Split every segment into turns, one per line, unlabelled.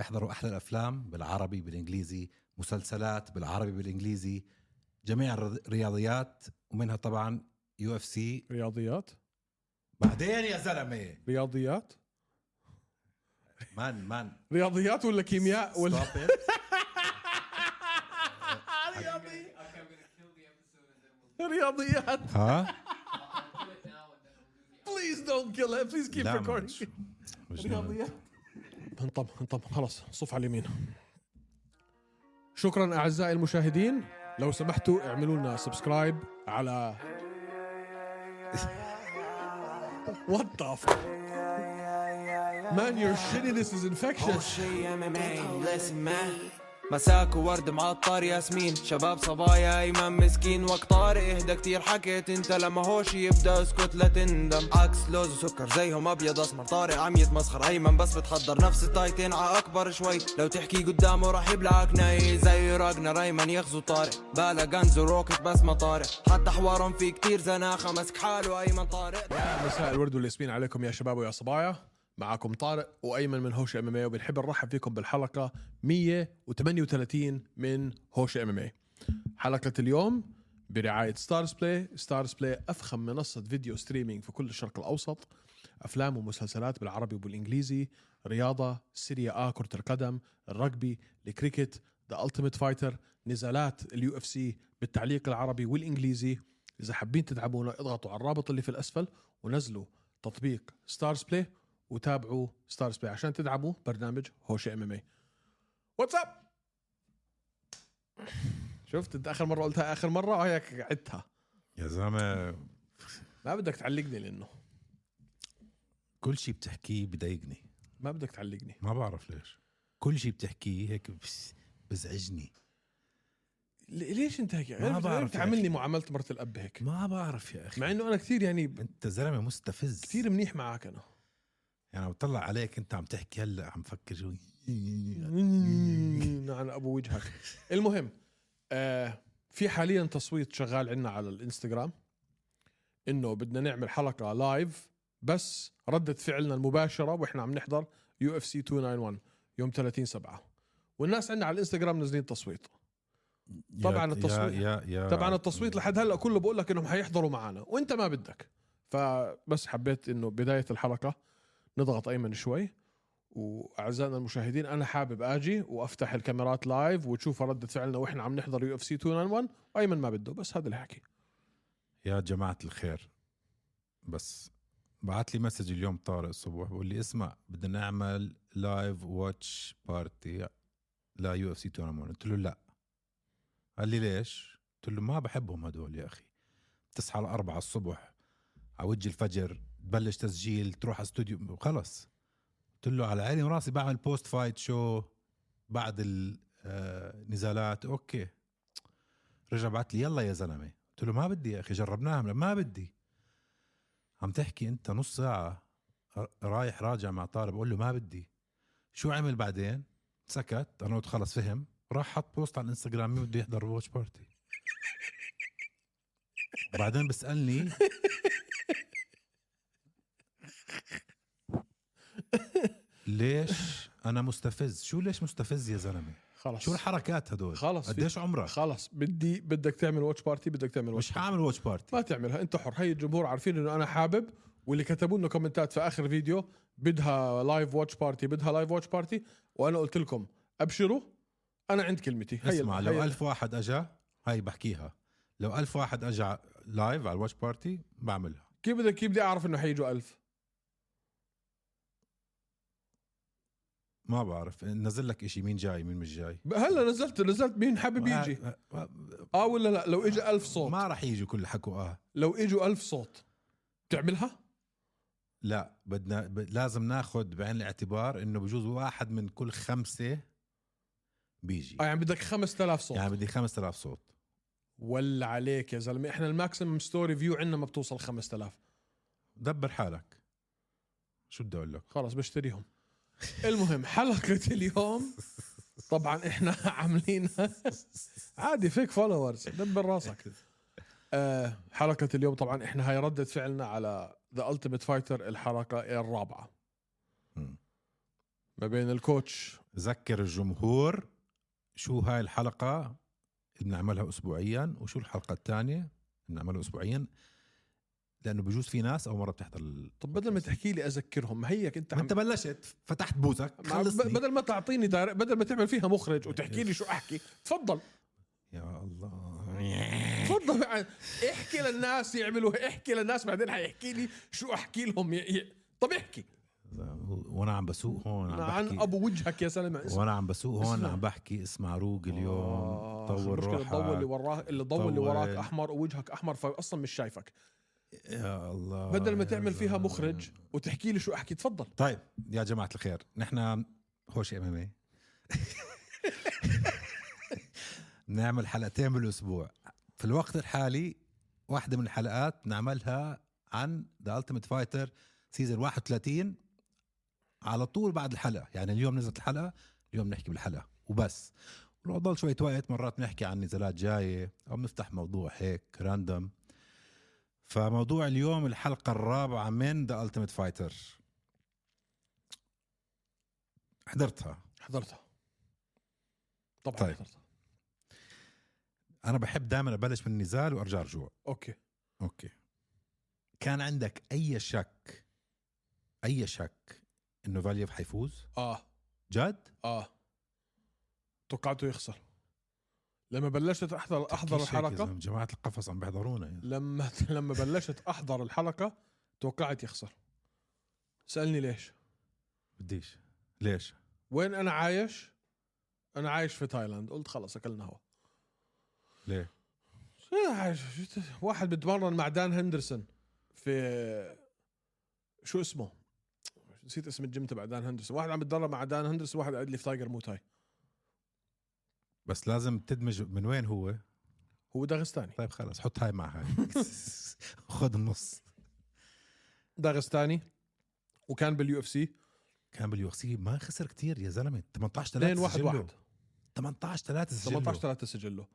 احضروا احلى الافلام بالعربي بالانجليزي مسلسلات بالعربي بالانجليزي جميع الرياضيات ومنها طبعا يو اف سي
رياضيات
بعدين يا زلمه
رياضيات
مان مان
رياضيات ولا كيمياء ولا
Stop it.
رياضي رياضيات
ها
بليز دونت كيل ات بليز كيب
لا،
ريكوردينج
مش-
رياضيات انطب انطب خلاص صف على اليمين شكرا اعزائي المشاهدين لو سمحتوا اعملوا لنا سبسكرايب على وات ذا مان يور شيتنess از
Oh,
infectious
شي ام ام اي listen man مساك وورد معطر ياسمين شباب صبايا ايمن مسكين وقت طارق اهدى كتير حكيت انت لما هوش يبدا اسكت لا تندم عكس لوز وسكر زيهم ابيض اسمر طارق عم يتمسخر ايمن بس بتحضر نفس التايتين ع اكبر شوي لو تحكي قدامه راح يبلعك ناي زي راجنا ريمان يغزو طارق بالا غنز وروكت بس ما طارق حتى حوارهم في كتير زناخه مسك حاله ايمن طارق
مساء الورد والياسمين عليكم يا شباب ويا صبايا معكم طارق وايمن من هوش ام ام اي وبنحب نرحب فيكم بالحلقه 138 من هوش إيه. ام ام اي حلقه اليوم برعايه ستارز بلاي ستارز بلاي افخم منصه فيديو ستريمينج في كل الشرق الاوسط افلام ومسلسلات بالعربي وبالانجليزي رياضه سيريا ا كره القدم الرجبي الكريكت ذا التيميت فايتر نزالات اليو اف سي بالتعليق العربي والانجليزي اذا حابين تدعمونا اضغطوا على الرابط اللي في الاسفل ونزلوا تطبيق ستارز بلاي وتابعوا ستارز بلاي عشان تدعموا برنامج هوش ام ام اي واتساب شفت انت اخر مره قلتها اخر مره وهيك عدتها
يا زلمه
ما بدك تعلقني لانه
كل شيء بتحكيه بضايقني
ما بدك تعلقني
ما بعرف ليش كل شيء بتحكيه هيك بس- بزعجني
ل- ليش انت هيك
ما
ما
بعرف يا
بعرف تعاملني معامله مرة الاب هيك
ما بعرف يا اخي
مع انه انا كثير يعني
انت زلمه مستفز
كثير منيح معك انا
يعني بطلع عليك انت عم تحكي هلا عم فكر شو
عن ابو نعم، وجهك المهم آه في حاليا تصويت شغال عندنا على الانستغرام انه بدنا نعمل حلقه لايف بس ردة فعلنا المباشره واحنا عم نحضر يو اف سي 291 يوم 30 7 والناس عندنا على الانستغرام نازلين تصويت طبعاً
يا-
التصويت-
يا يا
طبعا التصويت لحد هلا كله بقول لك انهم حيحضروا معنا وانت ما بدك فبس حبيت انه بدايه الحلقه نضغط ايمن شوي واعزائنا المشاهدين انا حابب اجي وافتح الكاميرات لايف وتشوف رده فعلنا واحنا عم نحضر يو اف سي 291 وايمن ما بده بس هذا اللي حكي
يا جماعه الخير بس بعت لي مسج اليوم طارق الصبح بقول لي اسمع بدنا نعمل لايف واتش بارتي لا يو اف سي تورنمون قلت له لا قال لي ليش قلت له ما بحبهم هدول يا اخي تصحى على أربعة الصبح على وجه الفجر تبلش تسجيل تروح على استوديو خلص قلت له على عيني وراسي بعمل بوست فايت شو بعد النزالات اوكي رجع بعت لي يلا يا زلمه قلت له ما بدي يا اخي جربناها ما بدي عم تحكي انت نص ساعه رايح راجع مع طارق بقول له ما بدي شو عمل بعدين سكت انا قلت خلص فهم راح حط بوست على الانستغرام مين بده يحضر واتش بارتي بعدين بسالني ليش انا مستفز شو ليش مستفز يا زلمه
خلص
شو الحركات هدول
خلص في-
قديش عمرك
خلاص بدي بدك تعمل واتش بارتي بدك تعمل واتش
مش حاعمل واتش بارتي
ما تعملها انت حر هي الجمهور عارفين انه انا حابب واللي كتبوا لنا كومنتات في اخر فيديو بدها لايف واتش بارتي بدها لايف واتش بارتي وانا قلت لكم ابشروا انا عند كلمتي هي
اسمع لو
هي
ألف واحد أجا هاي بحكيها لو ألف واحد أجا لايف على الواتش بارتي بعملها
كيف بدك كيف بدي اعرف انه حيجوا ألف
ما بعرف نزل لك إشي مين جاي مين مش جاي
هلا نزلت نزلت مين حابب يجي
ما- ما-
اه ولا لا لو اجى ألف صوت
ما راح يجوا كل حكوا اه
لو اجوا ألف صوت تعملها
لا بدنا ب... لازم ناخذ بعين الاعتبار انه بجوز واحد من كل خمسه بيجي
اه يعني بدك 5000 صوت
يعني بدي 5000 صوت
ولا عليك يا زلمه احنا الماكسيمم ستوري فيو عندنا ما بتوصل 5000
دبر حالك شو بدي اقول لك
خلاص بشتريهم المهم حلقة اليوم طبعا احنا عاملينها عادي فيك فولورز دبر راسك آه حلقة اليوم طبعا احنا هاي ردة فعلنا على ذا Ultimate فايتر الحلقة الرابعة
مم.
ما بين الكوتش
ذكر الجمهور شو هاي الحلقة اللي بنعملها أسبوعيا وشو الحلقة الثانية اللي بنعملها أسبوعيا لأنه بجوز في ناس أول مرة بتحضر ال...
طب بدل ما تحكي لي اذكرهم ما هيك انت
ما
عم
أنت بلشت فتحت بوزك
مع- ب-
خلصني
بدل ما تعطيني داير... بدل ما تعمل فيها مخرج وتحكي لي شو احكي تفضل
يا الله
تفضل عن- احكي للناس يعملوا احكي للناس بعدين حيحكي لي شو احكي لهم ي... ي... طب احكي
وأنا عم بسوق هون عم بحكي
عن ابو وجهك يا زلمه نعم، اسمع
وانا عم بسوق هون
اسمع.
عم بحكي اسمع روق اليوم
آه،
طور
المشكلة الضوء اللي
روحك
وراه اللي الضوء اللي وراك
طول.
احمر ووجهك احمر فاصلا مش شايفك
يا الله
بدل ما
يا
تعمل فيها
زلمة.
مخرج وتحكي لي شو احكي تفضل
طيب يا جماعه الخير نحن هوش إيه؟ ام ام نعمل حلقتين بالاسبوع في الوقت الحالي واحده من الحلقات نعملها عن ذا التيميت فايتر سيزون 31 على طول بعد الحلقه يعني اليوم نزلت الحلقه اليوم نحكي بالحلقه وبس ولو ضل شوية وقت مرات نحكي عن نزالات جاية أو بنفتح موضوع هيك راندوم فموضوع اليوم الحلقة الرابعة من ذا التيميت فايتر حضرتها
حضرتها طبعا
طيب.
حضرتها
أنا بحب دائما أبلش من النزال وأرجع رجوع
اوكي
أوكي كان عندك أي شك أي شك إنه فاليف حيفوز
اه
جد؟
اه توقعته يخسر لما بلشت احضر احضر
كيف هيك يا
الحلقه
زلمة؟ جماعة القفص عم بيحضرونا يا زلمة.
لما لما بلشت احضر الحلقه توقعت يخسر سالني ليش
بديش ليش؟
وين انا عايش انا عايش في تايلاند قلت خلص اكلنا هوا
ليه؟
شو عايش- شو ت- واحد بتمرن مع دان هندرسون في شو اسمه نسيت اسم الجيم تبع دان هندرسون واحد عم بتدرب مع دان هندرسون واحد قاعد لي في تايجر موتاي
بس لازم تدمج من وين هو؟
هو داغستاني
طيب خلص حط هاي مع هاي خذ النص
داغستاني وكان باليو اف سي
كان باليو سي ما خسر كتير يا زلمه 18 3
2 1 1
18 3 سجله
18 3 سجله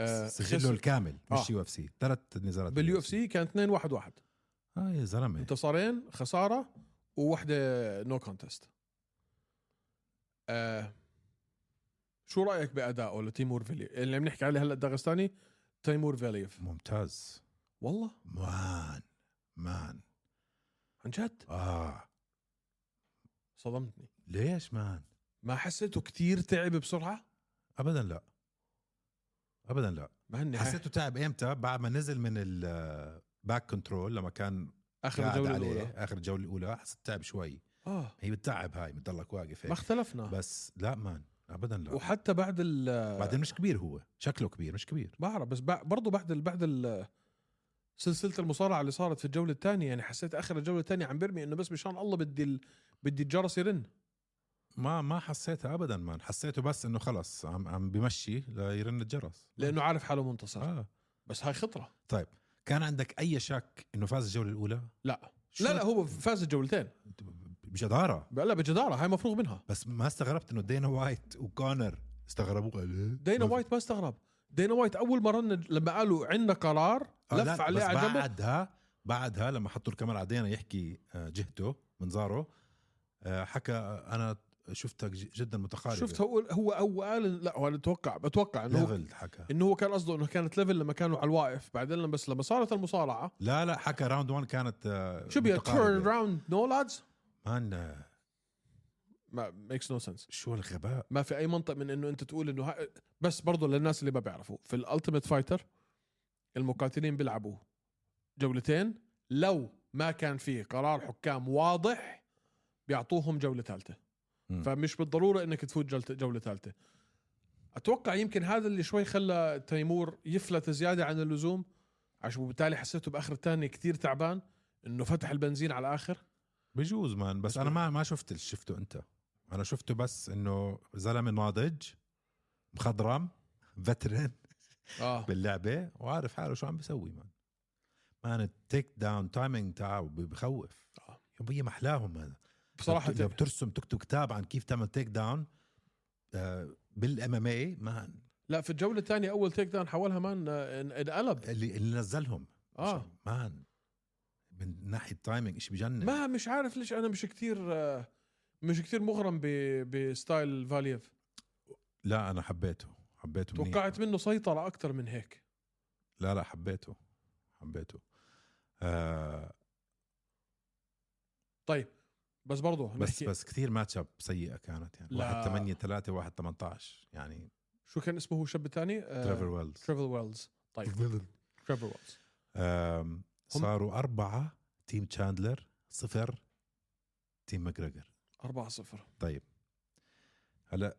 آه،
سجله
خسر
الكامل
آه.
مش يو اف سي ثلاث نزالات
باليو اف سي كان 2 1 1
اه يا زلمه
انتصارين خساره وواحده نو كونتست آه شو رايك بادائه لتيمور فيلي اللي عم نحكي عليه هلا الداغستاني تيمور فيليف
ممتاز
والله
مان مان
عن جد
اه
صدمتني
ليش مان
ما حسيته كتير تعب بسرعه
ابدا لا ابدا لا
مع اني
حسيته تعب امتى بعد ما نزل من الباك كنترول لما كان
اخر
قاعد
الجوله
عليه
الاولى
اخر الجوله الاولى حسيت تعب شوي
اه
هي بتتعب هاي بتضلك واقف هيك
ما اختلفنا
بس لا مان ابدا لا
وحتى بعد ال
بعدين مش كبير هو شكله كبير مش كبير
بعرف بس بع- برضه بعد ال بعد ال سلسله المصارعه اللي صارت في الجوله الثانيه يعني حسيت اخر الجوله الثانيه عم برمي انه بس مشان الله بدي ال بدي الجرس يرن
ما ما حسيتها ابدا مان حسيته بس انه خلص عم عم بمشي ليرن الجرس
لانه عارف حاله منتصر
آه.
بس هاي خطره
طيب كان عندك اي شك انه فاز الجوله الاولى
لا
شو
لا لا هو فاز الجولتين
بجداره
لا بجداره هاي مفروغ منها
بس ما استغربت انه دينا وايت وكونر استغربوا قال إيه؟
دينا
ما-
وايت ما استغرب دينا وايت اول مره رن- لما قالوا عندنا قرار
آه لا،
لف عليه
بس
على جنبه
بعدها بعدها لما حطوا الكاميرا على دينا يحكي آه، جهته منظاره آه، حكى آه، انا شفتك ج- جدا متقارب
شفت هو هو هو قال لا هو أنا اتوقع بتوقع انه هو-
ليفل حكى
انه هو كان قصده انه كانت ليفل لما كانوا على الواقف بعدين لما- بس لما صارت المصارعه
لا لا حكى راوند 1 كانت آه،
شو بيها
متقاربة.
تيرن راوند نو لادز
مان آه،
ما ميكس نو سنس
شو الغباء
ما في اي منطق من انه انت تقول انه ها- بس برضه للناس اللي ما بيعرفوا في الالتيميت فايتر المقاتلين بيلعبوا جولتين لو ما كان في قرار حكام واضح بيعطوهم جوله ثالثه
مم.
فمش بالضروره انك تفوت جولة- جوله ثالثه اتوقع يمكن هذا اللي شوي خلى تيمور يفلت زياده عن اللزوم عشان وبالتالي حسيته باخر الثانيه كثير تعبان انه فتح البنزين على الاخر
بجوز مان بس
بس
انا ما ما شفت اللي شفته انت انا شفته بس انه زلمه ناضج مخضرم فترن
اه
باللعبه وعارف حاله شو عم بيسوي مان مان التيك داون تايمينج تاعه ب- بخوف
آه.
يا بيي محلاهم هذا
بصراحه
لو بترسم تكتب كتاب عن كيف تعمل تيك داون آه بالام ام اي مان
لا في الجوله الثانيه اول تيك داون حولها مان آه، ان- انقلب
اللي, اللي نزلهم
اه
مان من ناحيه تايمينج شيء بجنن
ما مش عارف ليش انا مش كتير آه، مش كثير مغرم ب... بستايل فاليف
لا انا حبيته حبيته منيح.
توقعت منه سيطره اكثر من هيك
لا لا حبيته حبيته آه
طيب بس برضه
بس
نحكي
بس كثير ماتش اب سيئه كانت يعني
لا.
واحد 8 3 واحد 18 يعني
شو كان اسمه هو الشاب الثاني آه...
تريفر ويلز
تريفر ويلز طيب تريفر ويلز
آم، صاروا أربعة تيم تشاندلر صفر تيم ماجريجر
4 0
طيب هلا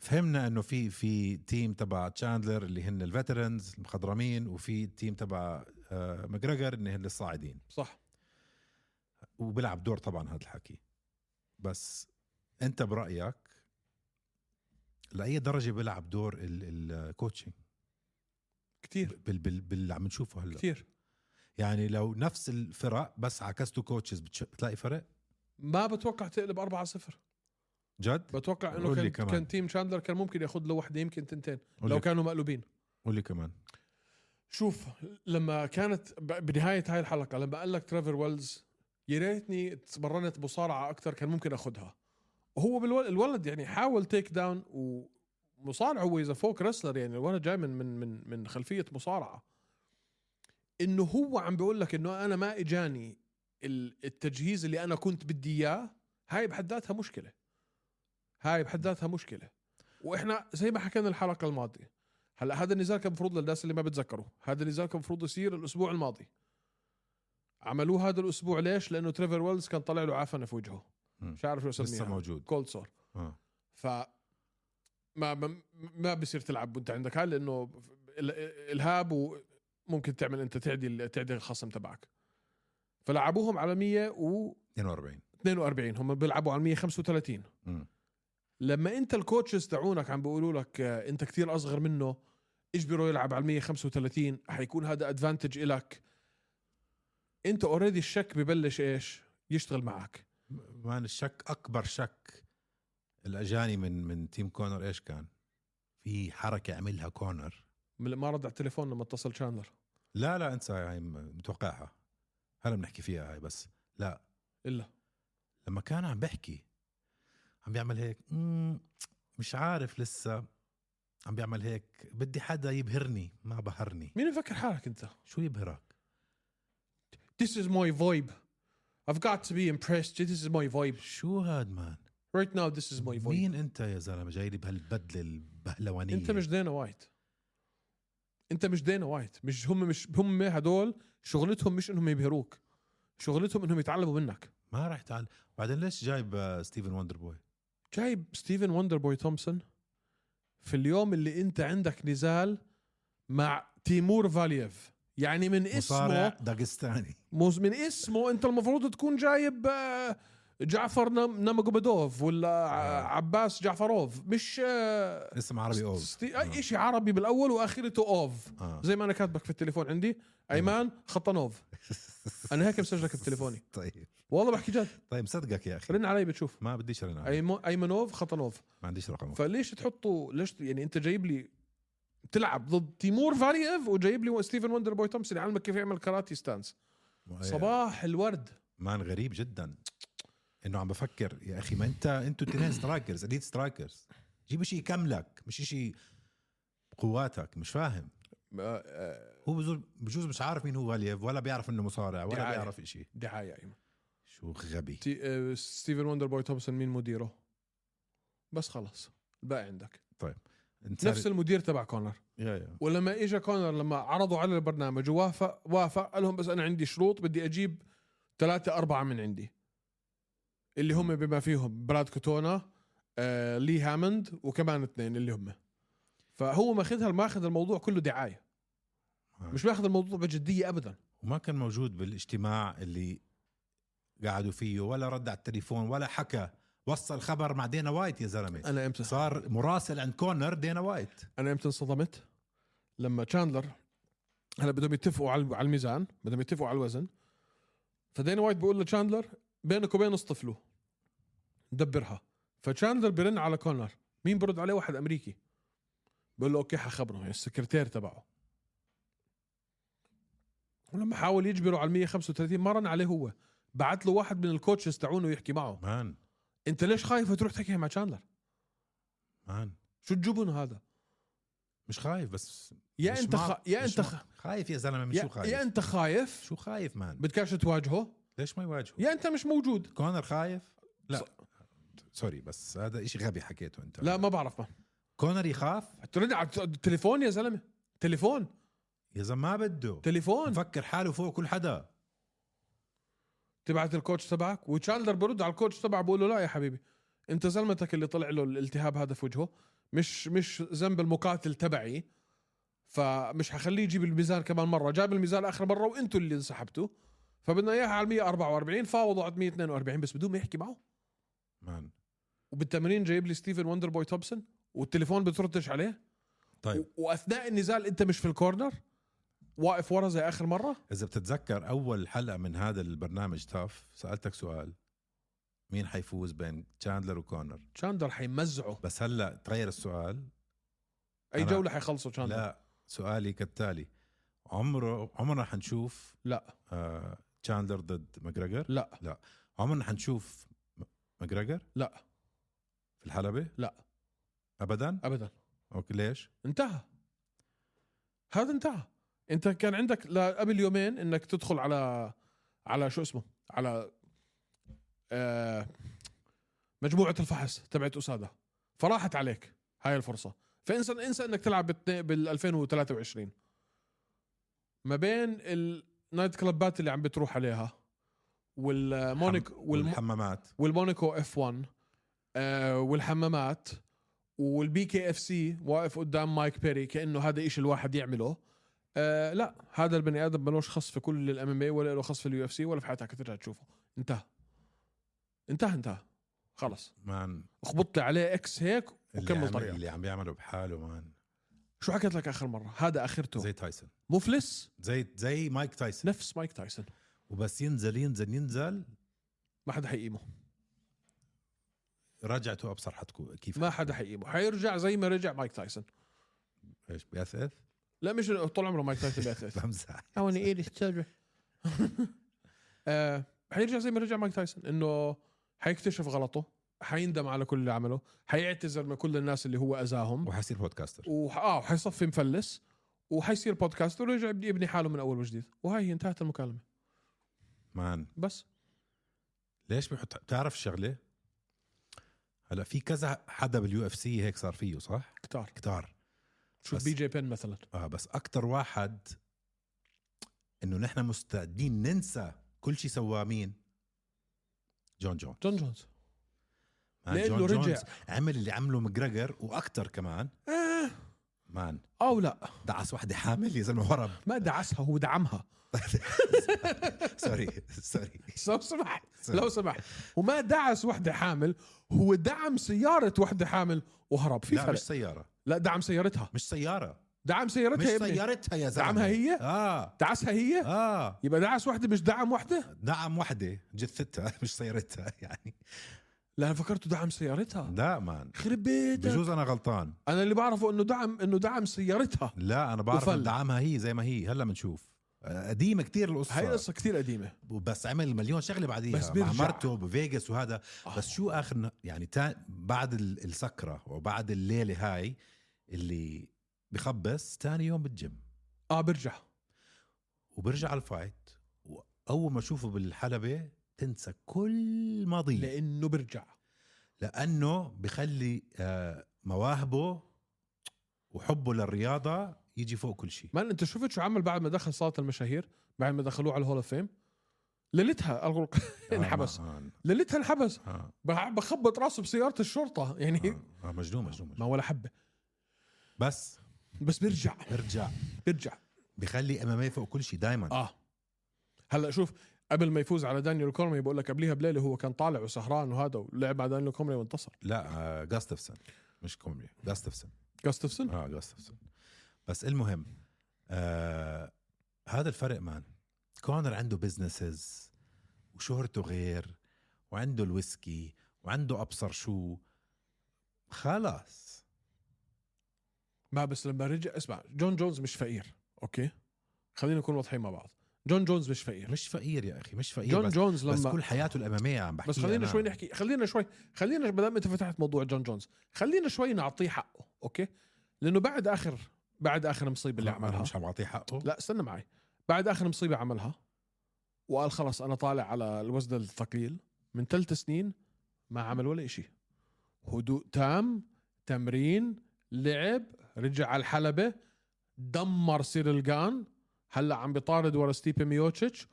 فهمنا انه في في تيم تبع تشاندلر اللي هن الفترنز المخضرمين وفي تيم تبع آه، ماجريجر اللي هن الصاعدين
صح
وبيلعب دور طبعا هذا الحكي بس انت برايك لاي درجه بيلعب دور الكوتشنج
كثير
باللي عم نشوفه هلا
كثير
يعني لو نفس الفرق بس عكستوا كوتشز بتش- بتلاقي فرق
ما بتوقع تقلب 4 0
جد
بتوقع انه
قول لي
كان
كمان.
كان تيم شاندلر كان ممكن ياخذ له وحده يمكن تنتين
قول
لو
لي-
كانوا مقلوبين
قول لي كمان
شوف لما كانت ب- بنهايه هاي الحلقه لما قال لك ترافر ويلز يا ريتني تمرنت مصارعه اكثر كان ممكن اخذها وهو بالولد الولد يعني حاول تيك داون ومصارع هو اذا فوق رسلر يعني الولد جاي من من من من خلفيه مصارعه انه هو عم بيقول لك انه انا ما اجاني ال- التجهيز اللي انا كنت بدي اياه هاي بحد ذاتها مشكله هاي بحد ذاتها مشكله واحنا زي ما حكينا الحلقه الماضيه هلا هذا النزال كان المفروض للناس اللي ما بتذكروا هذا النزال كان المفروض يصير الاسبوع الماضي عملوه هذا الاسبوع ليش لانه تريفر ويلز كان طلع له عفنه في وجهه
مم.
مش عارف شو
لسه
اسميها
موجود
كولد سور
اه
ف ما ما- ما بصير تلعب وانت عندك هاي لانه ال- الهاب وممكن تعمل انت تعدي تعدي الخصم تبعك فلعبوهم على 142
42
هم بيلعبوا على 135
مم.
لما انت الكوتشز تاعونك عم بيقولوا لك آه، انت كثير اصغر منه اجبره يلعب على 135 حيكون هذا ادفانتج الك انت اوريدي الشك ببلش ايش يشتغل معك
مان الشك اكبر شك الاجاني من من تيم كونر ايش كان؟ في حركه عملها كونر
من- ما رد على التليفون لما اتصل شاندلر
لا لا انسى هاي م- متوقعها هلا بنحكي فيها هاي بس لا
الا
لما كان عم بحكي عم بيعمل هيك مم، مش عارف لسه عم بيعمل هيك بدي حدا يبهرني ما بهرني
مين مفكر حالك انت
شو يبهرك؟
This is my vibe I've got to be impressed This is my vibe
شو هاد مان؟
Right now this is my vibe
مين انت يا زلمه جاي لي بهالبدله البهلوانيه
انت مش دينا وايت انت مش دينا وايت مش هم مش هم هدول شغلتهم مش انهم يبهروك شغلتهم انهم يتعلموا منك
ما راح تعال بعدين ليش جايب آه، ستيفن وندر بوي؟
جايب ستيفن وندر بوي تومسون في اليوم اللي انت عندك نزال مع تيمور فالييف يعني من
مصارع
اسمه
داغستاني
مز- من اسمه انت المفروض تكون جايب آه، جعفر نم- نمجوبدوف ولا ع- عباس جعفروف مش آه،
اسم عربي اوف
ستي... اي شيء عربي بالاول واخرته اوف
آه.
زي ما انا كاتبك في التليفون عندي ايمان خطنوف انا هيك مسجلك بتليفوني
طيب
والله بحكي جد
طيب صدقك يا اخي
رن علي بتشوف
ما بديش ارن عليك
أيمو... ايمنوف خطنوف
ما عنديش رقمك
فليش تحطوا ليش يعني انت جايب لي بتلعب ضد تيمور فالييف وجايب لي ستيفن وندر بوي تومسون يعلمك كيف يعمل كاراتي ستانس صباح الورد
آه، مان غريب جدا انه عم بفكر يا اخي ما انت انتوا اثنين سترايكرز اليت سترايكرز جيب شيء يكملك مش شيء قواتك مش فاهم هو بجوز- بجوز مش عارف مين هو فاليف ولا بيعرف انه مصارع ولا
دعاية.
بيعرف شيء
دعايه ايمن
شو غبي
تي... آه، ستيفن وندر بوي تومسون مين مديره بس خلص الباقي عندك
انت
نفس المدير تبع كونر
يا يا
ولما اجى كونر لما عرضوا على البرنامج ووافق وافق قال لهم بس انا عندي شروط بدي اجيب ثلاثة أربعة من عندي اللي هم بما فيهم براد كوتونا آه، لي هامند وكمان اثنين اللي هم فهو ماخذها ماخذ الموضوع كله دعايه مش ماخذ الموضوع بجديه ابدا
وما كان موجود بالاجتماع اللي قعدوا فيه ولا رد على التليفون ولا حكى وصل خبر مع دينا وايت يا زلمه
انا امتى
صار مراسل عند كونر دينا وايت
انا امتى انصدمت لما تشاندلر هلا بدهم يتفقوا على على الميزان بدهم يتفقوا على الوزن فدينا وايت بيقول لتشاندلر بينك وبين اصطفلوا دبرها فتشاندلر بيرن على كونر مين برد عليه واحد امريكي بقول له اوكي حخبره يعني السكرتير تبعه ولما حاول يجبره على 135 ما رن عليه هو بعت له واحد من الكوتشز تاعونه يحكي معه
مان
انت ليش خايف تروح تحكي مع تشاندلر
مان
شو الجبن هذا
مش خايف بس
يا
مش
انت
مع-
خ... يا
مش
انت
مع-
خ...
خايف يا زلمه من شو
يا...
خايف
يا انت خايف
شو خايف مان
بدكاش تواجهه
ليش ما يواجهه
يا انت مش موجود
كونر خايف لا
ص-
سوري بس هذا إشي غبي حكيته انت
لا ما بعرف ما
كونر يخاف
ترد على التليفون يا زلمه تليفون
يا زلمه ما بده
تليفون
مفكر حاله فوق كل حدا
تبعت الكوتش تبعك وتشاندلر برد على الكوتش تبعه بقول له لا يا حبيبي انت زلمتك اللي طلع له الالتهاب هذا في وجهه مش مش ذنب المقاتل تبعي فمش حخليه يجيب الميزان كمان مره جاب الميزان اخر مره وانتوا اللي انسحبتوا فبدنا اياها على 144 فاوضوا على 142 بس بدون ما يحكي معه
مان
وبالتمرين جايب لي ستيفن وندر بوي توبسون والتليفون بتردش عليه
طيب
و- واثناء النزال انت مش في الكورنر واقف ورا زي اخر مره
اذا بتتذكر اول حلقه من هذا البرنامج تاف سالتك سؤال مين حيفوز بين تشاندلر وكونر
تشاندر حيمزعه
بس هلا تغير السؤال
اي
أنا-
جوله حيخلصوا تشاندر
لا سؤالي كالتالي عمره عمرنا حنشوف
لا
آه، تشاندلر ضد ماجريجر
لا
عمرنا حنشوف م- ماجريجر
لا
في الحلبه
لا.
ابدا
ابدا
اوكي ليش
انتهى هذا انتهى انت كان عندك لا- قبل يومين انك تدخل على على شو اسمه على آه مجموعه الفحص تبعت اساده فراحت عليك هاي الفرصه فانسى انسى انك تلعب بال 2023 ما بين النايت كلابات اللي عم بتروح عليها والمونيك والم...
والحمامات
والمونيكو اف 1 آه والحمامات والبي كي اف سي واقف قدام مايك بيري كانه هذا إشي الواحد يعمله آه لا هذا البني ادم ملوش خص في كل الام ام اي ولا له خص في اليو اف سي ولا في حياتك ترجع تشوفه انتهى انتهى انتهى خلص
مان
اخبط لي عليه اكس هيك
اللي,
وكمل
عم
طريقك
اللي عم بيعمله بحاله مان
شو حكيت لك اخر مره هذا اخرته
زي تايسون
مفلس
زي زي مايك تايسون
نفس مايك تايسون
وبس ينزل ينزل ينزل
ما حدا حيقيمه
رجعته ابصر حتكون كيف
ما حدا حيقيمه حيرجع زي ما رجع مايك تايسون
ايش بيثث
لا مش طول عمره مايك تايسون بيعترف
بمزح
I want to eat his children. آه، حيرجع زي ما رجع مايك تايسون انه حيكتشف غلطه حيندم على كل اللي عمله حيعتذر من كل الناس اللي هو اذاهم
وحصير بودكاستر
وح... اه وحيصفي مفلس وحيصير بودكاست ورجع بدي يبني حاله من اول وجديد وهاي هي انتهت المكالمه
مان
بس
ليش بيحط بتعرف شغله هلا في كذا حدا باليو اف سي هيك صار فيه صح
كتار
كتار
شوف
بس-
بي جي بين مثلا
اه بس اكثر واحد انه نحن مستعدين ننسى كل شيء سواه مين جون جون
جون جونز
مان،
لأنه
جون
رجع.
جونز عمل اللي عمله مجريجر واكثر كمان
آه،
مان
او لا
دعس وحده حامل يا زلمه هرب
ما دعسها هو دعمها
سوري سوري
لو سمحت لو سمحت وما دعس وحده حامل هو دعم سياره وحده حامل وهرب في
لا
فرق
مش سياره
لا دعم سيارتها
مش سياره
دعم سيارتها
مش
يا ابني
سيارتها يا زلمه
دعمها هي؟
اه
دعسها هي
اه
يبقى دعس واحده مش دعم واحده
دعم وحده جثتها مش سيارتها يعني
لا انا فكرته دعم سيارتها
لا مان
خرب بيتك
بجوز انا غلطان
انا اللي بعرفه انه دعم انه دعم سيارتها
لا انا بعرف
وفل.
إن دعمها هي زي ما هي هلا بنشوف آه، قديمه كتير
هاي
القصه
قصه كثير قديمه
بس عمل مليون شغله بعديها
بس
بس
بيرجع.
مع مرته بفيجاس وهذا بس شو اخر ن- يعني تا بعد ال- السكره وبعد الليله هاي اللي بخبص تاني يوم بالجيم
اه برجع
وبرجع على الفايت واول ما اشوفه بالحلبه تنسى كل ماضيه
لانه برجع
لانه بخلي آه، مواهبه وحبه للرياضه يجي فوق كل شيء
ما انت شفت شو عمل بعد ما دخل صاله المشاهير بعد ما دخلوه على الهول اوف فيم ليلتها الغ- انحبس
آه، آه،
ليلتها انحبس
آه،
بع- بخبط راسه بسياره الشرطه يعني
آه، آه، مجنون مجنون
ما
مجنون
ولا حبه
بس
بس بيرجع
ارجع
بيرجع
بخلي امامي فوق كل شيء دائما
اه هلا شوف قبل ما يفوز على دانيال كورمي بقول لك قبليها بليله هو كان طالع وسهران وهذا ولعب مع دانيال كورمي وانتصر
لا آه، جاستفسن مش كومبلي جاستفسن
جاستفسون
اه جاستفسن بس المهم آه هذا الفرق مان كونر عنده بزنسز وشهرته غير وعنده الويسكي وعنده ابصر شو خلاص
ما بس لما رجع اسمع جون جونز مش فقير اوكي خلينا نكون واضحين مع بعض جون جونز مش فقير
مش فقير يا اخي مش فقير
جون
إيه، بس,
جونز
بس
لما
كل حياته الاماميه عم بحكي
بس خلينا
أنا.
شوي نحكي خلينا شوي خلينا ما دام انت فتحت موضوع جون جونز خلينا شوي نعطيه حقه اوكي لانه بعد اخر بعد اخر مصيبه اللي
أنا
عملها
مش عم بعطيه حقه
لا استنى معي بعد اخر مصيبه عملها وقال خلص انا طالع على الوزن الثقيل من ثلاث سنين ما عمل ولا إشي هدوء تام تمرين لعب رجع على الحلبة دمر سيريل جان هلا عم بيطارد ورا ستيبي ميوتشيتش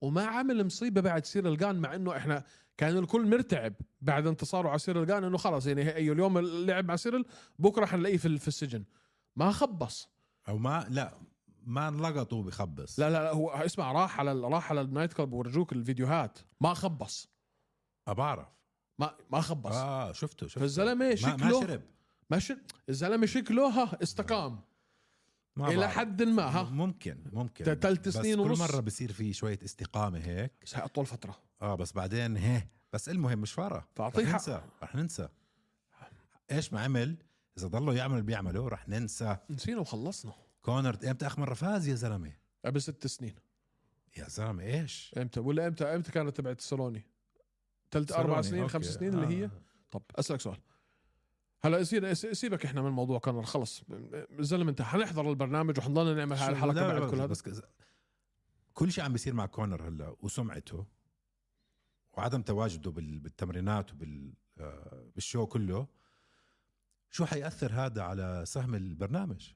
وما عمل مصيبه بعد سيريل جان مع انه احنا كان الكل مرتعب بعد انتصاره على سيريل جان انه خلص يعني هي- ايوه اليوم لعب مع سيريل بكره حنلاقيه في في السجن ما خبص
او ما لا ما انلقطوا بخبص
لا لا لا هو اسمع راح على راح على النايت كلب ورجوك الفيديوهات ما خبص
أه بعرف
ما ما خبص آه.
اه شفته شفته
فالزلمه
ما, ما
شكله
شرب
ماشي الزلمه شكله ها استقام
ما
الى
بعرف.
حد ما ها
ممكن ممكن
تا- تلت سنين
بس
ونص.
كل مره بصير في شويه استقامه هيك
بس هاي اطول فتره
اه بس بعدين هيه بس المهم مش فارقه
تعطيه
رح
حق.
ننسى رح ننسى ايش ما عمل اذا ضلوا يعمل اللي بيعمله رح ننسى
نسينا وخلصنا
كونر امتى اخر مره فاز يا زلمه
قبل ست سنين
يا زلمه ايش
امتى ولا امتى امتى كانت تبعت السلوني ثلاث اربع
سلوني،
سنين خمس
أوكي.
سنين اللي هي
آه.
طب اسالك سؤال هلا يصير يس- سيبك احنا من موضوع كونر خلص الزلمه انت حنحضر البرنامج وحنضلنا نعمل هاي الحلقه
لا، لا،
بعد
لا،
كل هذا
بس كذا. كل شيء عم بيصير مع كونر هلا وسمعته وعدم تواجده بال- بالتمرينات وبال آه، بالشو كله شو حيأثر هذا على سهم البرنامج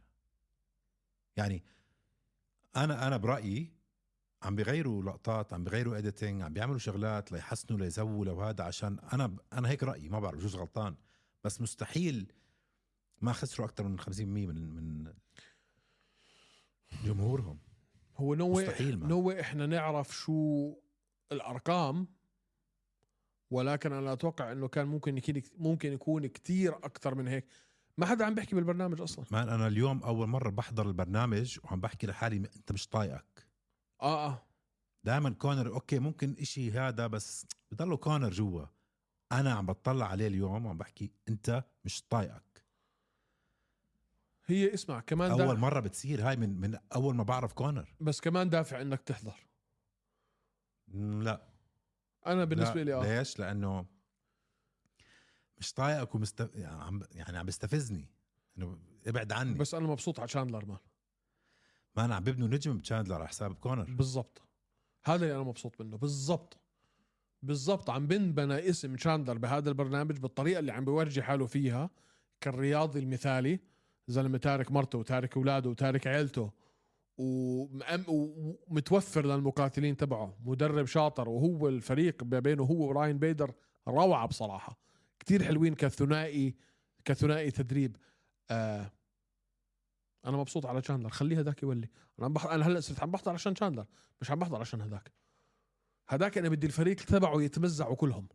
يعني انا انا برأيي عم بيغيروا لقطات عم بيغيروا اديتنج عم بيعملوا شغلات ليحسنوا ليزووا لوهذا عشان انا انا هيك رأيي ما بعرف بجوز غلطان بس مستحيل ما خسروا اكثر من 50% من من جمهورهم
هو نو واي
مستحيل ما
نو واي احنا نعرف شو الارقام ولكن انا اتوقع انه كان ممكن يكون ممكن يكون كثير اكثر من هيك ما حدا عم بيحكي بالبرنامج اصلا
مان انا اليوم اول مره بحضر البرنامج وعم بحكي لحالي م- انت مش طايقك
اه اه
دائما كونر اوكي ممكن إشي هذا بس بضله كونر جوا انا عم بطلع عليه اليوم وعم بحكي انت مش طايقك
هي اسمع كمان
اول
دا
مره بتصير هاي من من اول ما بعرف كونر
بس كمان دافع انك تحضر
مم، لا
انا بالنسبه
لا.
لي اه
ليش لانه مش طايقك ومست يعني عم يعني عم بيستفزني انه ابعد عني بس
بس انا مبسوط على شاندلر مان
ما انا عم ببنوا نجم بتشاندلر على حساب كونر
بالضبط هذا اللي انا مبسوط منه بالضبط بالضبط عم بنبنى اسم شاندلر بهذا البرنامج بالطريقه اللي عم بيورجي حاله فيها كالرياضي المثالي زلمه تارك مرته وتارك اولاده وتارك عيلته ومأم- ومتوفر للمقاتلين تبعه مدرب شاطر وهو الفريق ما بينه هو وراين بيدر روعه بصراحه كتير حلوين كثنائي كثنائي تدريب آه انا مبسوط على شاندلر خليه هداك يولي انا عم بحضر انا هلا صرت عم بحضر عشان شاندلر مش عم بحضر عشان هداك هداك انا بدي الفريق تبعه يتمزعوا كلهم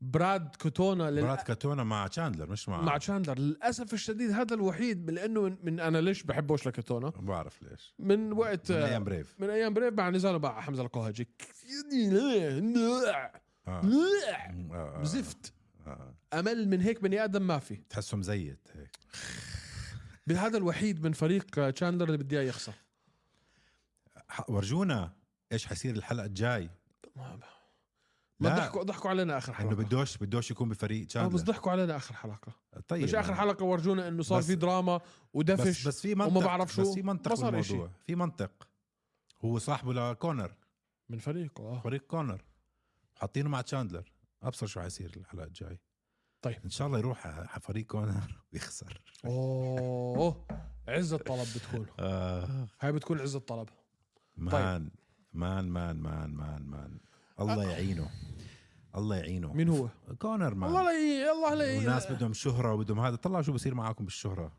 براد كوتونا لل...
مرات كاتونا مع تشاندلر مش مع
مع تشاندلر للاسف الشديد هذا الوحيد من- لانه من, من انا ليش بحبوش لكوتونا
بعرف ليش
من وقت
من ايام بريف
من ايام بريف مع نزاله مع حمزه القهجي
آه. مم، آه، آه،
زفت
آه.
امل من هيك بني ادم ما في
تحسه مزيت هيك
بهذا الوحيد من فريق تشاندلر اللي بدي اياه يخسر
ح- ورجونا ايش حيصير الحلقه الجاي
ما ما
لا.
ضحكوا ضحكوا علينا اخر
انه
حلقه
بدوش بدوش يكون بفريق
آه، بس
تشاندلر
ضحكوا علينا اخر حلقه
طيب
مش اخر حلقه ورجونا انه صار
بس-
في دراما ودفش
بس بس في منطق
وما بعرف شو،
بس في منطق
ما صار
بالموضوع في منطق هو صاحبه لكونر
من فريقه اه
فريق كونر حاطينه مع تشاندلر ابصر شو حيصير الحلقه الجاي
طيب.
ان شاء الله يروح على فريق كونر ويخسر
اوه عزة طلب بتكون
آه.
هاي بتكون عزة طلب
مان
طيب.
مان مان مان مان مان الله يعينه الله يعينه
مين هو؟
كونر مان
الله لا ي- الله لا ي-
وناس بدهم شهرة وبدهم هذا طلعوا شو بصير معاكم بالشهرة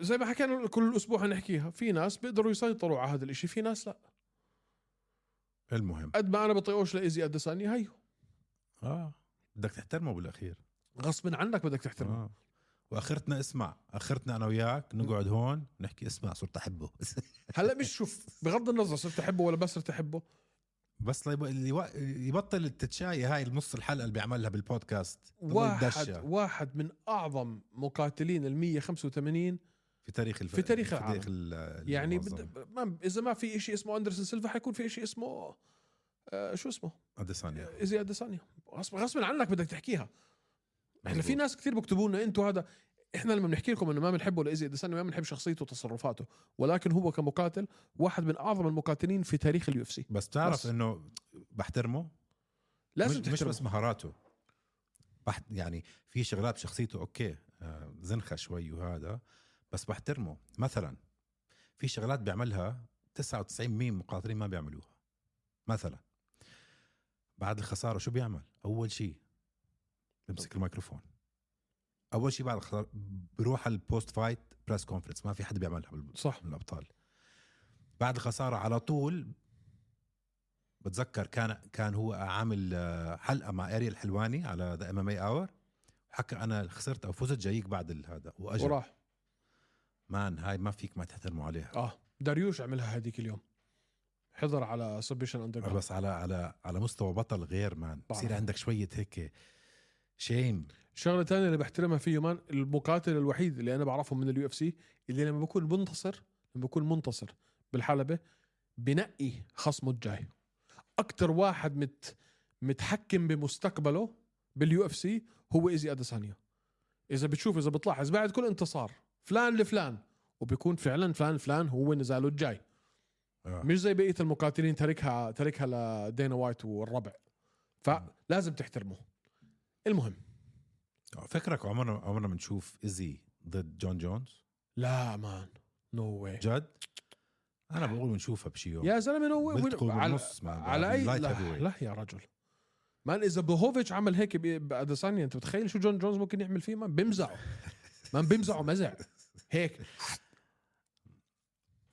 زي ما حكينا كل اسبوع هنحكيها في ناس بيقدروا يسيطروا على هذا الاشي في ناس لا
المهم
قد ما انا بطيقوش لايزي اديسانيا هيو
اه بدك تحترمه بالاخير
غصب عنك بدك تحترمه
آه. واخرتنا اسمع اخرتنا انا وياك نقعد هون نحكي اسمع صرت احبه
هلا مش شوف بغض النظر صرت احبه ولا بس صرت احبه
بس ليب- اللي يو- يبطل التتشاي هاي النص الحلقه اللي بيعملها بالبودكاست ضل
واحد
يتدشى.
واحد من اعظم مقاتلين ال 185
في تاريخ الف...
في تاريخ
في
العالم.
تاريخ ال-
يعني
المنظمة.
بد... ما اذا ما في شيء اسمه اندرسون سيلفا حيكون في شيء اسمه آه شو اسمه
اديسانيا
ازي اديسانيا غصب غصب عنك بدك تحكيها احنا
مظبوط.
في ناس كثير بيكتبوا لنا انتوا هذا احنا لما بنحكي لكم انه ما بنحبه لايزي اديسانيا ما بنحب شخصيته وتصرفاته ولكن هو كمقاتل واحد من اعظم المقاتلين في تاريخ اليو اف سي
بس بتعرف
بس.
انه بحترمه
لازم
مش, مش
تحترمه.
بس مهاراته بحت يعني في شغلات بشخصيته اوكي آه، زنخه شوي وهذا بس بحترمه مثلا في شغلات بيعملها 99% من المقاتلين ما بيعملوها مثلا بعد الخساره شو بيعمل؟ اول شيء بمسك الميكروفون اول شيء بعد الخساره بروح على البوست فايت بريس كونفرنس ما في حد بيعملها بال-
صح
من الابطال بعد الخساره على طول بتذكر كان كان هو عامل آه، حلقه مع اريل الحلواني على ذا ام ام اي اور حكى انا خسرت او فزت جايك بعد ال- هذا واجل
وراح
مان هاي ما فيك ما تحترموا عليها
اه داريوش عملها هذيك اليوم حضر على سبشن اندر
بس على على على مستوى بطل غير مان
بعرف.
بصير عندك شويه هيك شيم
الشغله الثانيه اللي بحترمها فيه مان المقاتل الوحيد اللي انا بعرفه من اليو اف سي اللي لما بكون منتصر لما بكون منتصر بالحلبه بنقي خصمه الجاي اكثر واحد مت متحكم بمستقبله باليو اف سي هو ايزي اديسانيا اذا بتشوف اذا بتلاحظ بعد كل انتصار فلان لفلان وبيكون فعلا فلان فلان هو نزاله الجاي
آه.
مش زي بقيه المقاتلين تركها تركها لدينا وايت والربع فلازم تحترمه المهم
فكرك عمرنا عمرنا بنشوف ايزي ضد جون جونز
لا مان نو واي
جد انا بقول بنشوفها بشي يوم
يا زلمه نو
بلتقوا
واي على,
بالنص مع بعض.
على اي لا,
اللايت هيفي ويت.
لا يا رجل مان اذا بوهوفيتش عمل هيك ب- باديسانيا انت يعني متخيل شو جون جونز ممكن يعمل فيه مان بيمزعه مان بيمزعه مزع هيك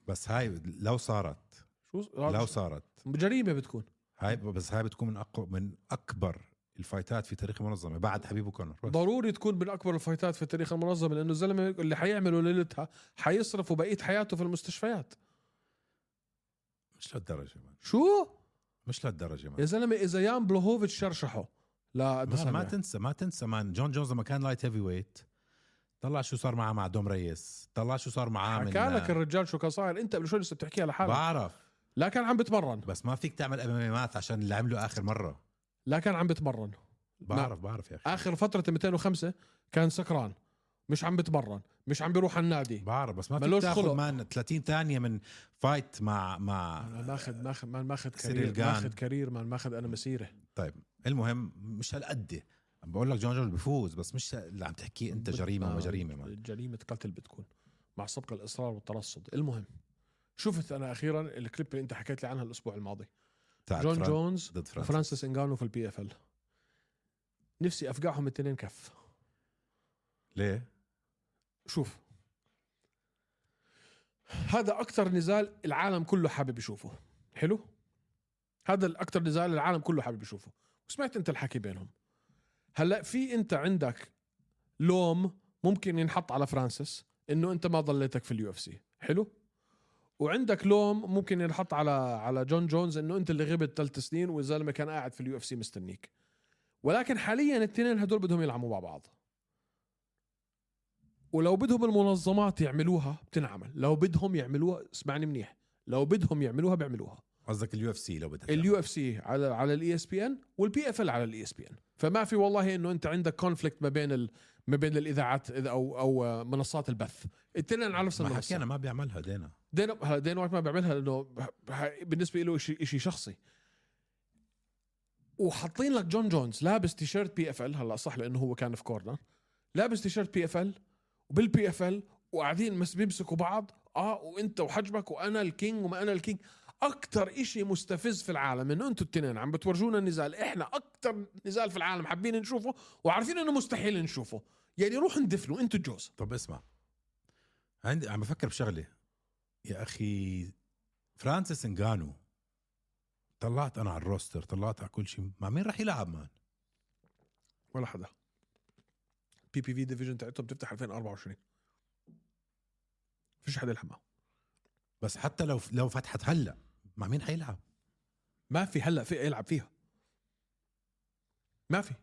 بس هاي لو صارت
شو
لو
لو
صارت
جريمه بتكون
هاي بس هاي بتكون من اقوى من اكبر الفايتات في تاريخ المنظمه بعد حبيب وكونر بس
ضروري تكون من اكبر الفايتات في تاريخ المنظمه لانه الزلمه اللي حيعمله ليلتها حيصرفوا بقيه حياته في المستشفيات
مش لهالدرجه مان
شو
مش لهالدرجه مان
يا زلمه اذا يان بلوهوفيتش شرشحه لا
ما, ما
اديسانيا
تنسى ما تنسى مان جون جونز لما كان لايت هيفي ويت طلع شو صار معاه مع دوم ريس طلع شو صار معاه من
حكى لك الرجال شو كان صاير انت قبل شوي لسه بتحكيها لحالك
بعرف
لا كان عم بتمرن
بس ما فيك تعمل امامات عشان اللي عمله اخر مره
لا كان عم بتمرن
بعرف بعرف يا اخي
اخر فتره 205 كان سكران مش عم بتمرن مش عم بيروح على النادي
بعرف بس ما فيك
ملوش خلق.
تاخذ مان 30 ثانيه من فايت مع مع
ما ماخذ ماخذ ما ماخذ
سيريل
كارير
جان.
ماخذ كارير ما ماخذ انا مسيره
طيب المهم مش هالقد عم بقول لك جون جونز بيفوز بس مش اللي عم تحكيه انت جريمه
آه،
وما جريمه مان
جريمه قتل بتكون مع سبق الاصرار والترصد المهم شفت انا اخيرا الكليب اللي انت حكيت لي عنها الاسبوع الماضي
بتاعت
جون
فران-
جونز
ضد فرانسيس
وفرانسيس انجانو في البي اف ال نفسي افقعهم الاثنين كف
ليه؟
شوف هذا اكثر نزال العالم كله حابب يشوفه حلو هذا الاكثر نزال العالم كله حابب يشوفه وسمعت انت الحكي بينهم هلا في انت عندك لوم ممكن ينحط على فرانسيس انه انت ما ضليتك في اليو اف سي حلو وعندك لوم ممكن ينحط على على جون جونز انه انت اللي غبت ثلاث سنين والزلمه كان قاعد في اليو اف سي مستنيك ولكن حاليا الاثنين هدول بدهم يلعبوا مع بعض ولو بدهم المنظمات يعملوها بتنعمل لو بدهم يعملوها اسمعني منيح لو بدهم يعملوها بيعملوها
قصدك اليو اف سي لو بدك
اليو اف سي على على E الاي اس بي ان والبي اف ال E على الاي اس بي ان فما في والله انه انت عندك كونفليكت ما بين ال... ما بين الاذاعات إذا- او او منصات البث الاثنين على نفس
ما
المنصه
حكينا ما بيعملها دينا
دين هلا دين وايت uh, ما بيعملها لانه ه- بالنسبه له شيء شيء شخصي وحاطين لك جون جونز لابس تيشيرت بي اف ال هلا صح لانه هو كان في كورنر لابس تيشيرت بي اف ال وبالبي اف ال وقاعدين مس بيمسكوا بعض اه وانت وحجمك وانا الكينج وما انا الكينج اكثر إشي مستفز في العالم انه انتوا التنين عم بتورجونا نزال احنا اكثر نزال في العالم حابين نشوفه وعارفين انه مستحيل نشوفه يعني روح اندفنوا انتوا الجوز
طب اسمع عندي عم بفكر بشغله يا اخي فرانسيس انجانو طلعت انا على الروستر طلعت على كل شيء مع مين رح يلعب مان
ولا حدا بي بي في ديفيجن تاعتهم بتفتح 2024 فيش حدا يلحق معه
بس حتى لو لو فتحت هلا مع مين حيلعب
ما في هلا في يلعب فيها ما في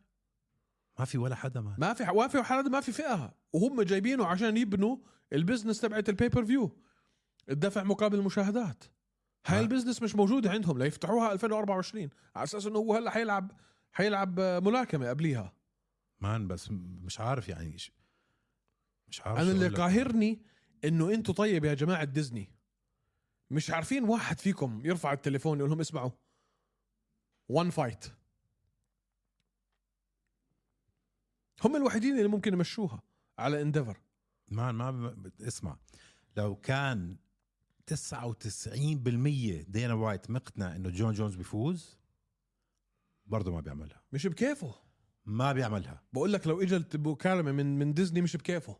ما في ولا حدا ما
ما في ما في حدا ما في فئه وهم جايبينه عشان يبنوا البزنس تبعت البيبر فيو الدفع مقابل المشاهدات هاي
آه.
البزنس مش موجوده عندهم ليفتحوها 2024 على اساس انه هو هلا حيلعب حيلعب ملاكمه قبليها
مان بس م- مش عارف يعني إيش- مش عارف
انا
شو
اللي
أقول لك.
قاهرني انه انتم طيب يا جماعه ديزني مش عارفين واحد فيكم يرفع التليفون يقول لهم اسمعوا وان فايت هم الوحيدين اللي ممكن يمشوها على انديفر
مان ما ب- اسمع لو كان 99% دينا وايت مقتنع انه جون جونز بيفوز برضه ما بيعملها
مش بكيفه
ما بيعملها
بقول لك لو اجت مكالمه من من ديزني مش بكيفه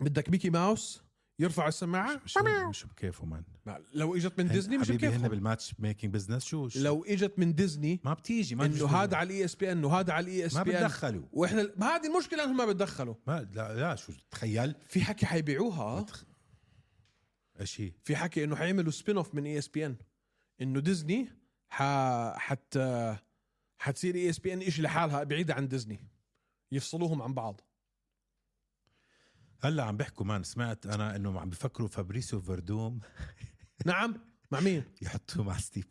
بدك ميكي ماوس يرفع السماعه
مش مش بكيفه مان
ما- لو اجت من ديزني مش
حبيبي هن
بكيفه
بالماتش ميكينج بزنس شو شو-
لو اجت من ديزني
ما بتيجي ما
انه
بيجوز.
هذا على E الاي اس بي ان وهذا على E الاي اس
ما
بي ان
بتدخلوا
واحنا ما هذه المشكله انهم ما بتدخلوا
ما لا لا شو تخيل
في حكي حيبيعوها
بتخ- ايش هي
في حكي انه حيعملوا سبين اوف من E اي اس بي ان انه ديزني ح حت حتصير E اي اس بي ان شيء لحالها بعيده عن ديزني يفصلوهم عن بعض
هلا عم بيحكوا مان سمعت انا انه عم بفكروا فابريسيو فردوم
نعم مع مين
يحطوه مع ستيبي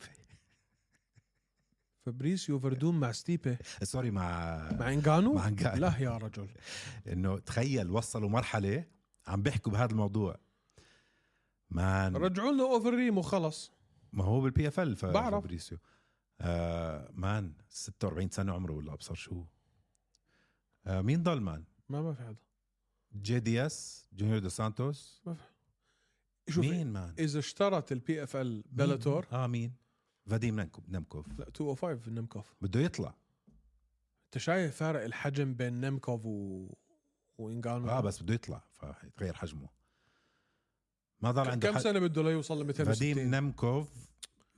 فابريسيو فردون مع ستيبي
سوري مع
مع انغانو
مع إنغانو.
لا يا رجل
انه تخيل وصلوا مرحله عم بيحكوا بهذا الموضوع مان
رجعوا له اوفر ريم وخلص
ما هو بالبي اف ال ف-
بعرف.
فابريسيو آه مان 46 سنه عمره ولا ابصر شو آه مين ضل مان
ما ما في حدا
جي دي اس جونيور دو سانتوس
شوف
مين مان
اذا اشترت البي اف ال بلاتور
مين؟ اه مين فاديم نمكو- نمكوف
لا 205 نمكوف
بده يطلع
انت شايف فارق الحجم بين نمكوف و وانغانو
اه بس بده يطلع فيتغير حجمه ما ضل عنده
كم
حد
سنه بده ليوصل ل 260
فاديم نمكوف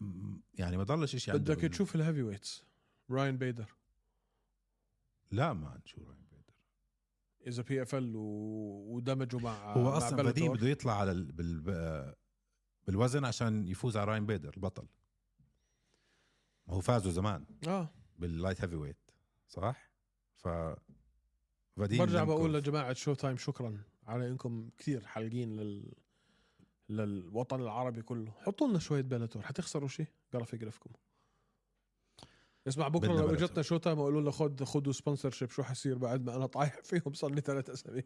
م- يعني ما ضلش شيء عنده
بدك تشوف الهيفي ويتس راين بيدر
لا ما شو راين بيدر
اذا بي اف ال ودمجوا مع
هو
آه، مع
اصلا
بلاتور.
فاديم بده يطلع على ال... بال... ب- بالوزن عشان يفوز على راين بيدر البطل ما هو فازوا زمان
اه
باللايت هيفي ويت صح؟ ف فاديم
برجع
نمكوف.
بقول لجماعه شو تايم شكرا على انكم كثير حالقين لل للوطن العربي كله حطوا لنا شويه بلاتور حتخسروا شيء قرف يقرفكم اسمع بكره
بدنا
لو
بلاتور.
اجتنا شو تايم وقالوا لنا خد خدوا سبونسر شيب شو حصير بعد ما انا طايح فيهم صار لي ثلاث اسابيع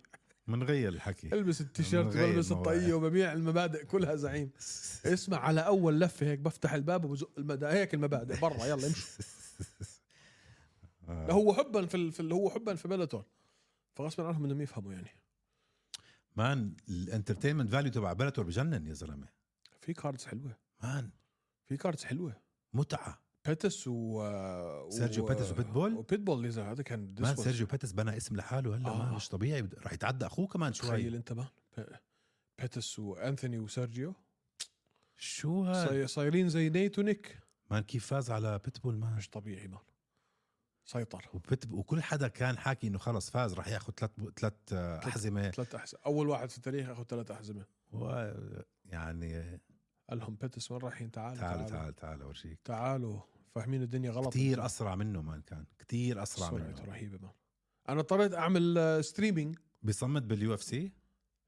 منغير الحكي
البس التيشيرت
غير
والبس
المواقع.
الطاقيه وببيع المبادئ كلها زعيم اسمع على اول لفه هيك بفتح الباب وبزق المدا هيك المبادئ برا يلا امشوا
آه.
لا هو حبا في, ال... في ال... هو حبا في بلاتور فغصبا عنهم انهم يفهموا يعني
مان الانترتينمنت فاليو تبع بلاتور بجنن يا زلمه
في كاردز حلوه
مان
في كاردز حلوه
متعه
بيتس و آه،
سيرجيو
و-
بيتس وبيتبول؟
وبيتبول اذا هذا كان
مان
this was-
سيرجيو بيتس بنى اسم لحاله هلا
آه.
آه. مش طبيعي بد- رح يتعدى اخوه كمان
تخيل
شوي
انت ما ب- بيتس وانثوني وسيرجيو
شو هاد
صاي- صايرين زي نيت ونيك
مان كيف فاز على بيتبول مان
مش طبيعي مان سيطر
وبت... وكل حدا كان حاكي انه خلص فاز رح ياخذ ثلاث ثلاث احزمه
ثلاث احزمه اول واحد في التاريخ اخذ ثلاث احزمه
و... يعني
قال لهم بيتس وين رايحين تعالوا
تعال تعال تعال اورجيك
تعالوا فاهمين الدنيا غلط
كثير اسرع منه مان كان كثير اسرع
سرعته
منه
رهيبه مان انا اضطريت آه، اعمل ستريمينج
بيصمد باليو اف سي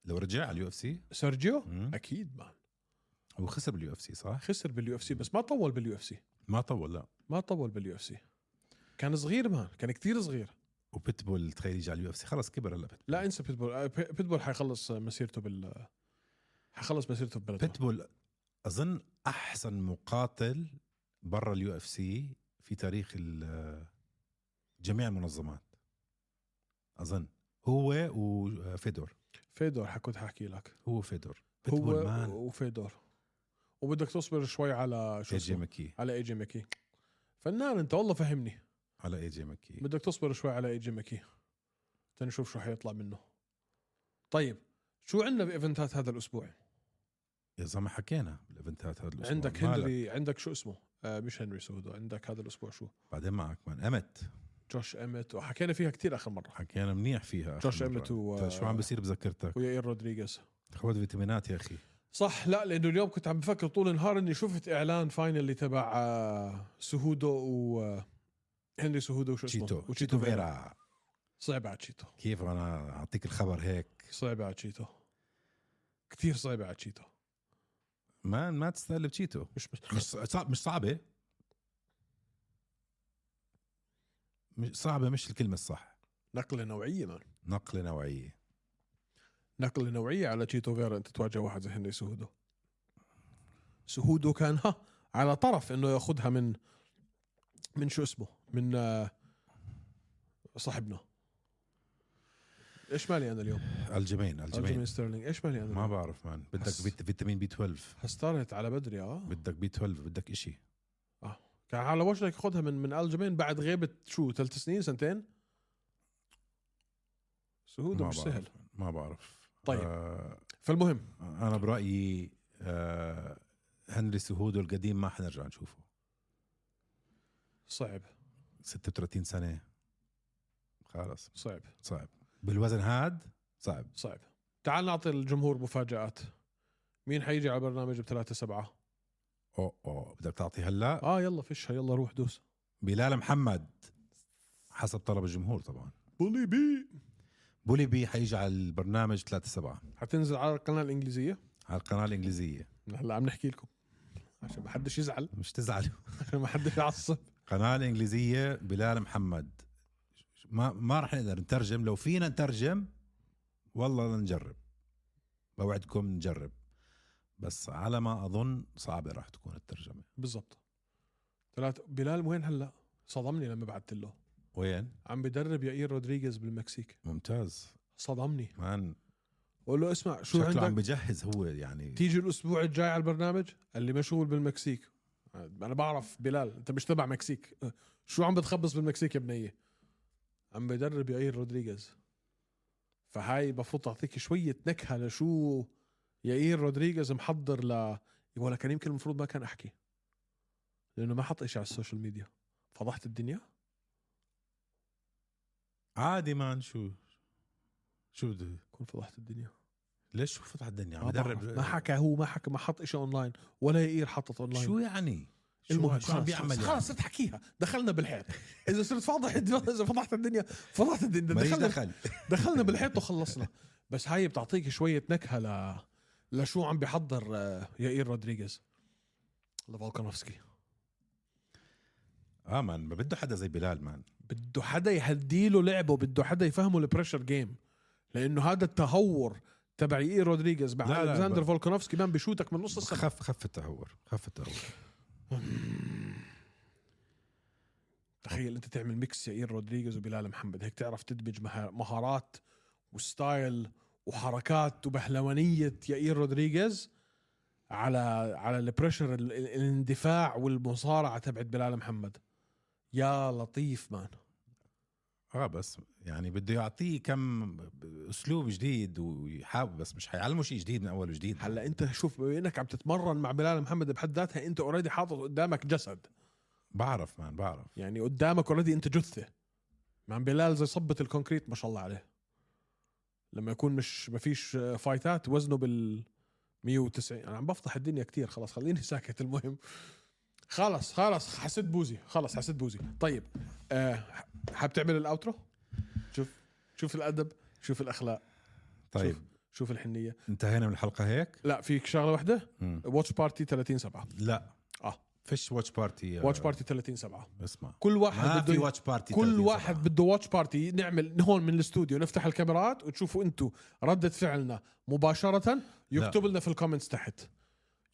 لو رجع على اليو اف سي
سيرجيو
مم.
اكيد مان
هو خسر باليو اف سي صح؟
خسر باليو اف سي بس ما طول باليو اف سي
ما طول لا
ما طول باليو اف سي كان صغير مان كان كتير صغير
وبيتبول تخيل يجي على اليو اف سي خلص كبر هلا بيتبول.
لا انسى بيتبول آه، بي- بيتبول حيخلص آه، مسيرته بال حيخلص مسيرته ببلده
بيتبول اظن احسن مقاتل برا اليو اف سي في تاريخ ال- جميع المنظمات اظن هو وفيدور
فيدور حكنت حاحكي لك
هو فيدور بيتبول
هو
مان
وفيدور وبدك تصبر شوي على شو
اي جي
اسمه
مكي
على اي جي ماكي فنان انت والله فهمني
على اي جي مكي
بدك تصبر شوي على اي جي ماكي تنشوف شو حيطلع منه طيب شو عندنا بايفنتات هذا الاسبوع
يا زلمه حكينا بالايفنتات هذا الاسبوع
عندك
مالك؟
هنري عندك شو اسمه آه مش هنري سودو عندك هذا الاسبوع شو
بعدين معك مان امت
جوش امت وحكينا فيها كثير اخر مره
حكينا منيح فيها آخر
جوش
مرة.
امت و...
أنت شو عم بيصير بذاكرتك
ويائير رودريغيز
خذ فيتامينات يا اخي
صح لا لانه اليوم كنت عم بفكر طول النهار اني شفت اعلان فاينلي تبع آه، سهودو و آه، هنري سهودو وشو اسمه
تشيتو
وتشيتو
تشيتو فيرا
صعب على تشيتو
كيف انا اعطيك الخبر هيك
صعب على تشيتو كثير صعب على تشيتو
ما ما تستقلب تشيتو
مش مش
مش صعب مش صعبه مش صعبه مش الكلمه الصح
نقله نوعيه مان
نقله نوعيه
نقله نوعيه على تشيتو فيرا انت تواجه واحد زي هنري سهودو سهودو كان ها على طرف انه ياخذها من من شو اسمه من آه، صاحبنا ايش مالي انا اليوم؟
الجبين
الجيمي
الجبين
ستيرلينج ايش مالي انا
ما
اليوم؟
بعرف مان بدك
حس-
فيت- فيتامين بي 12
هسترت على بدري اه
بدك بي 12 بدك إشي
كان على وشك ياخذها من من الجيمين بعد غيبه شو ثلاث سنين سنتين سهوده
ما
مش
بعرف.
سهل
ما بعرف
طيب.
آه
فالمهم
انا برايي آه هنري سهودو القديم ما حنرجع نشوفه
صعب
36 سنه خلص
صعب
صعب بالوزن هاد صعب
صعب تعال نعطي الجمهور مفاجآت مين حيجي على البرنامج بثلاثة سبعة
اوه اوه بدك تعطي هلا
اه يلا فشها يلا روح دوس
بلال محمد حسب طلب الجمهور طبعا
بولي بي
بولي بي حيجي على البرنامج 3 7
حتنزل على القناة الإنجليزية
على القناه الانجليزيه
هلا عم نحكي لكم عشان ما حدش يزعل
مش تزعلوا
عشان ما حدش يعصب
القناه الانجليزيه بلال محمد ما ما راح نقدر نترجم لو فينا نترجم والله نجرب بوعدكم نجرب بس على ما اظن صعبه راح تكون الترجمه
بالضبط ثلاثة بلال وين هلا صدمني لما بعثت له
وين
عم بدرب يائير رودريغيز بالمكسيك
ممتاز
صدمني
مان
قول له اسمع شو
شكله
عندك
عم بجهز هو يعني
تيجي الاسبوع الجاي على البرنامج قال لي مشغول بالمكسيك انا بعرف بلال انت مش تبع مكسيك أه، شو عم بتخبص بالمكسيك يا بنيه عم بدرب يائير رودريغيز فهاي بفوت تعطيك شويه نكهه لشو يائير رودريغيز محضر ل ولا كان يمكن المفروض ما كان احكي لانه ما حط إشي على السوشيال ميديا فضحت الدنيا
عادي مان شو شو بده
كون فضحت الدنيا
ليش شو فتح الدنيا عم
ما, بعرف.
بدرب
آه، ما حكى هو ما حكى ما حط إشي اونلاين ولا يائير حطت اونلاين
شو يعني
المهم
شو, شو عم
خلص-
بيعمل يعني؟
خلص صرت حكيها دخلنا بالحيط اذا صرت فاضح اذا فضحت الدنيا فضحت الدنيا
ماليش
دخلنا
دخل
دخلنا بالحيط وخلصنا بس هاي بتعطيك شويه نكهه ل لشو عم بيحضر آه، يائير رودريغيز لفولكانوفسكي
اه مان ما بده حدا زي بلال مان
بده حدا يهديله لعبه بده حدا يفهمه البريشر جيم لانه هذا التهور تبع يائير رودريغيز مع
لا، لا،
الكساندر
ب-
فولكانوفسكي مان بشوتك من نص السما
خف خف التهور خف التهور
تخيل انت تعمل ميكس يائير رودريغيز وبلال محمد هيك تعرف تدمج مها- مهارات وستايل وحركات وبهلوانيه يائير رودريغيز على على البريشر ال- ال- الاندفاع والمصارعه تبعت بلال محمد يا لطيف مان
اه بس يعني بده يعطيه كم اسلوب جديد ويحاول بس مش حيعلمه شيء جديد من اول وجديد
هلا انت شوف بما انك عم تتمرن مع بلال محمد بحد ذاتها انت اوريدي حاطط قدامك جسد
بعرف مان بعرف
يعني قدامك اوريدي انت جثه مع بلال زي صبة الكونكريت ما شاء الله عليه لما يكون مش ما فيش آه، فايتات وزنه بال 190 انا عم بفضح الدنيا كتير خلاص خليني ساكت المهم خلص خلص حسيت بوزي خلص حسيت بوزي طيب آه حاب تعمل الاوترو شوف شوف الادب شوف الاخلاق
طيب
شوف شوف الحنيه
انتهينا من الحلقه هيك
لا فيك شغله واحده
مم.
واتش بارتي 30 7
لا
اه
فيش واتش بارتي
واتش بارتي 30 7
اسمع
كل
ما
واحد
في
بده
واتش بارتي
كل
30
واحد
سبعة.
بده واتش بارتي نعمل هون من الاستوديو نفتح الكاميرات وتشوفوا انتم ردة فعلنا
نعم.
مباشرة يكتب لنا في الكومنتس تحت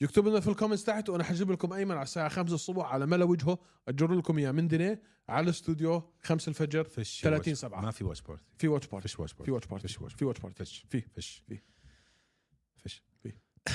يكتب لنا في الكومنتس تحت وانا حجيب لكم ايمن على الساعة 5 الصبح على ملا وجهه اجر لكم اياه من دينيه على الاستوديو 5 الفجر
فيش
30
واتش-
سبعة.
ما في واتش بارتي
في واتش بارتي
فيش واتش
في
بارتي
واتش بارتي
فيش واتش
في واتش بارتي
فيش
في
فيش
في.
فيش
في.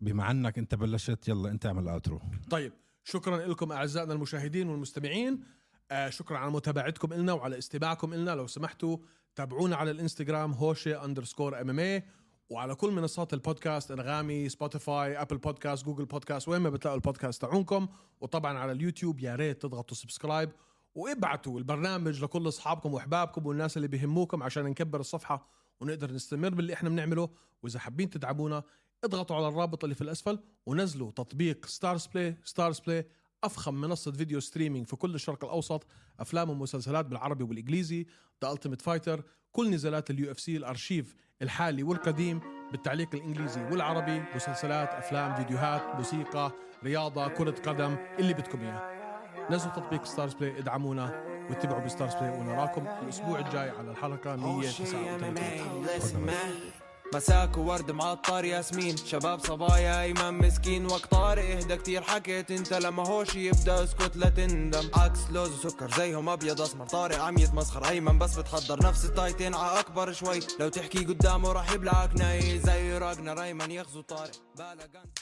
بما انك انت بلشت يلا انت اعمل اوترو
طيب شكرا لكم اعزائنا المشاهدين والمستمعين آه شكرا على متابعتكم لنا وعلى استماعكم لنا لو سمحتوا تابعونا على الانستغرام هوشه اندرسكور ام ام إيه وعلى كل منصات البودكاست انغامي سبوتيفاي ابل بودكاست جوجل بودكاست وين ما بتلاقوا البودكاست تاعونكم وطبعا على اليوتيوب يا ريت تضغطوا سبسكرايب وابعتوا البرنامج لكل اصحابكم واحبابكم والناس اللي بيهموكم عشان نكبر الصفحه ونقدر نستمر باللي احنا بنعمله واذا حابين تدعمونا اضغطوا على الرابط اللي في الاسفل ونزلوا تطبيق ستارز بلاي ستارز بلاي افخم منصه فيديو ستريمينج في كل الشرق الاوسط افلام ومسلسلات بالعربي والانجليزي ذا التيميت فايتر كل نزالات اليو اف سي الارشيف الحالي والقديم بالتعليق الانجليزي والعربي مسلسلات افلام فيديوهات موسيقى رياضه كره قدم اللي بدكم اياه نزلوا تطبيق ستارز بلاي ادعمونا واتبعوا بستارز بلاي ونراكم الاسبوع الجاي على الحلقه
هوشي
139
MMA ليش ما مساك وورد معطر ياسمين شباب صبايا ايمن مسكين وقت طارق اهدى كتير حكيت انت لما هوش يبدا اسكت لا تندم عكس لوز وسكر زيهم ابيض اسمر طارق عم يتمسخر ايمن بس بتحضر نفس التايتين ع اكبر شوي لو تحكي قدامه راح يبلعك ناي زي راجنر ايمن يغزو طارق بالا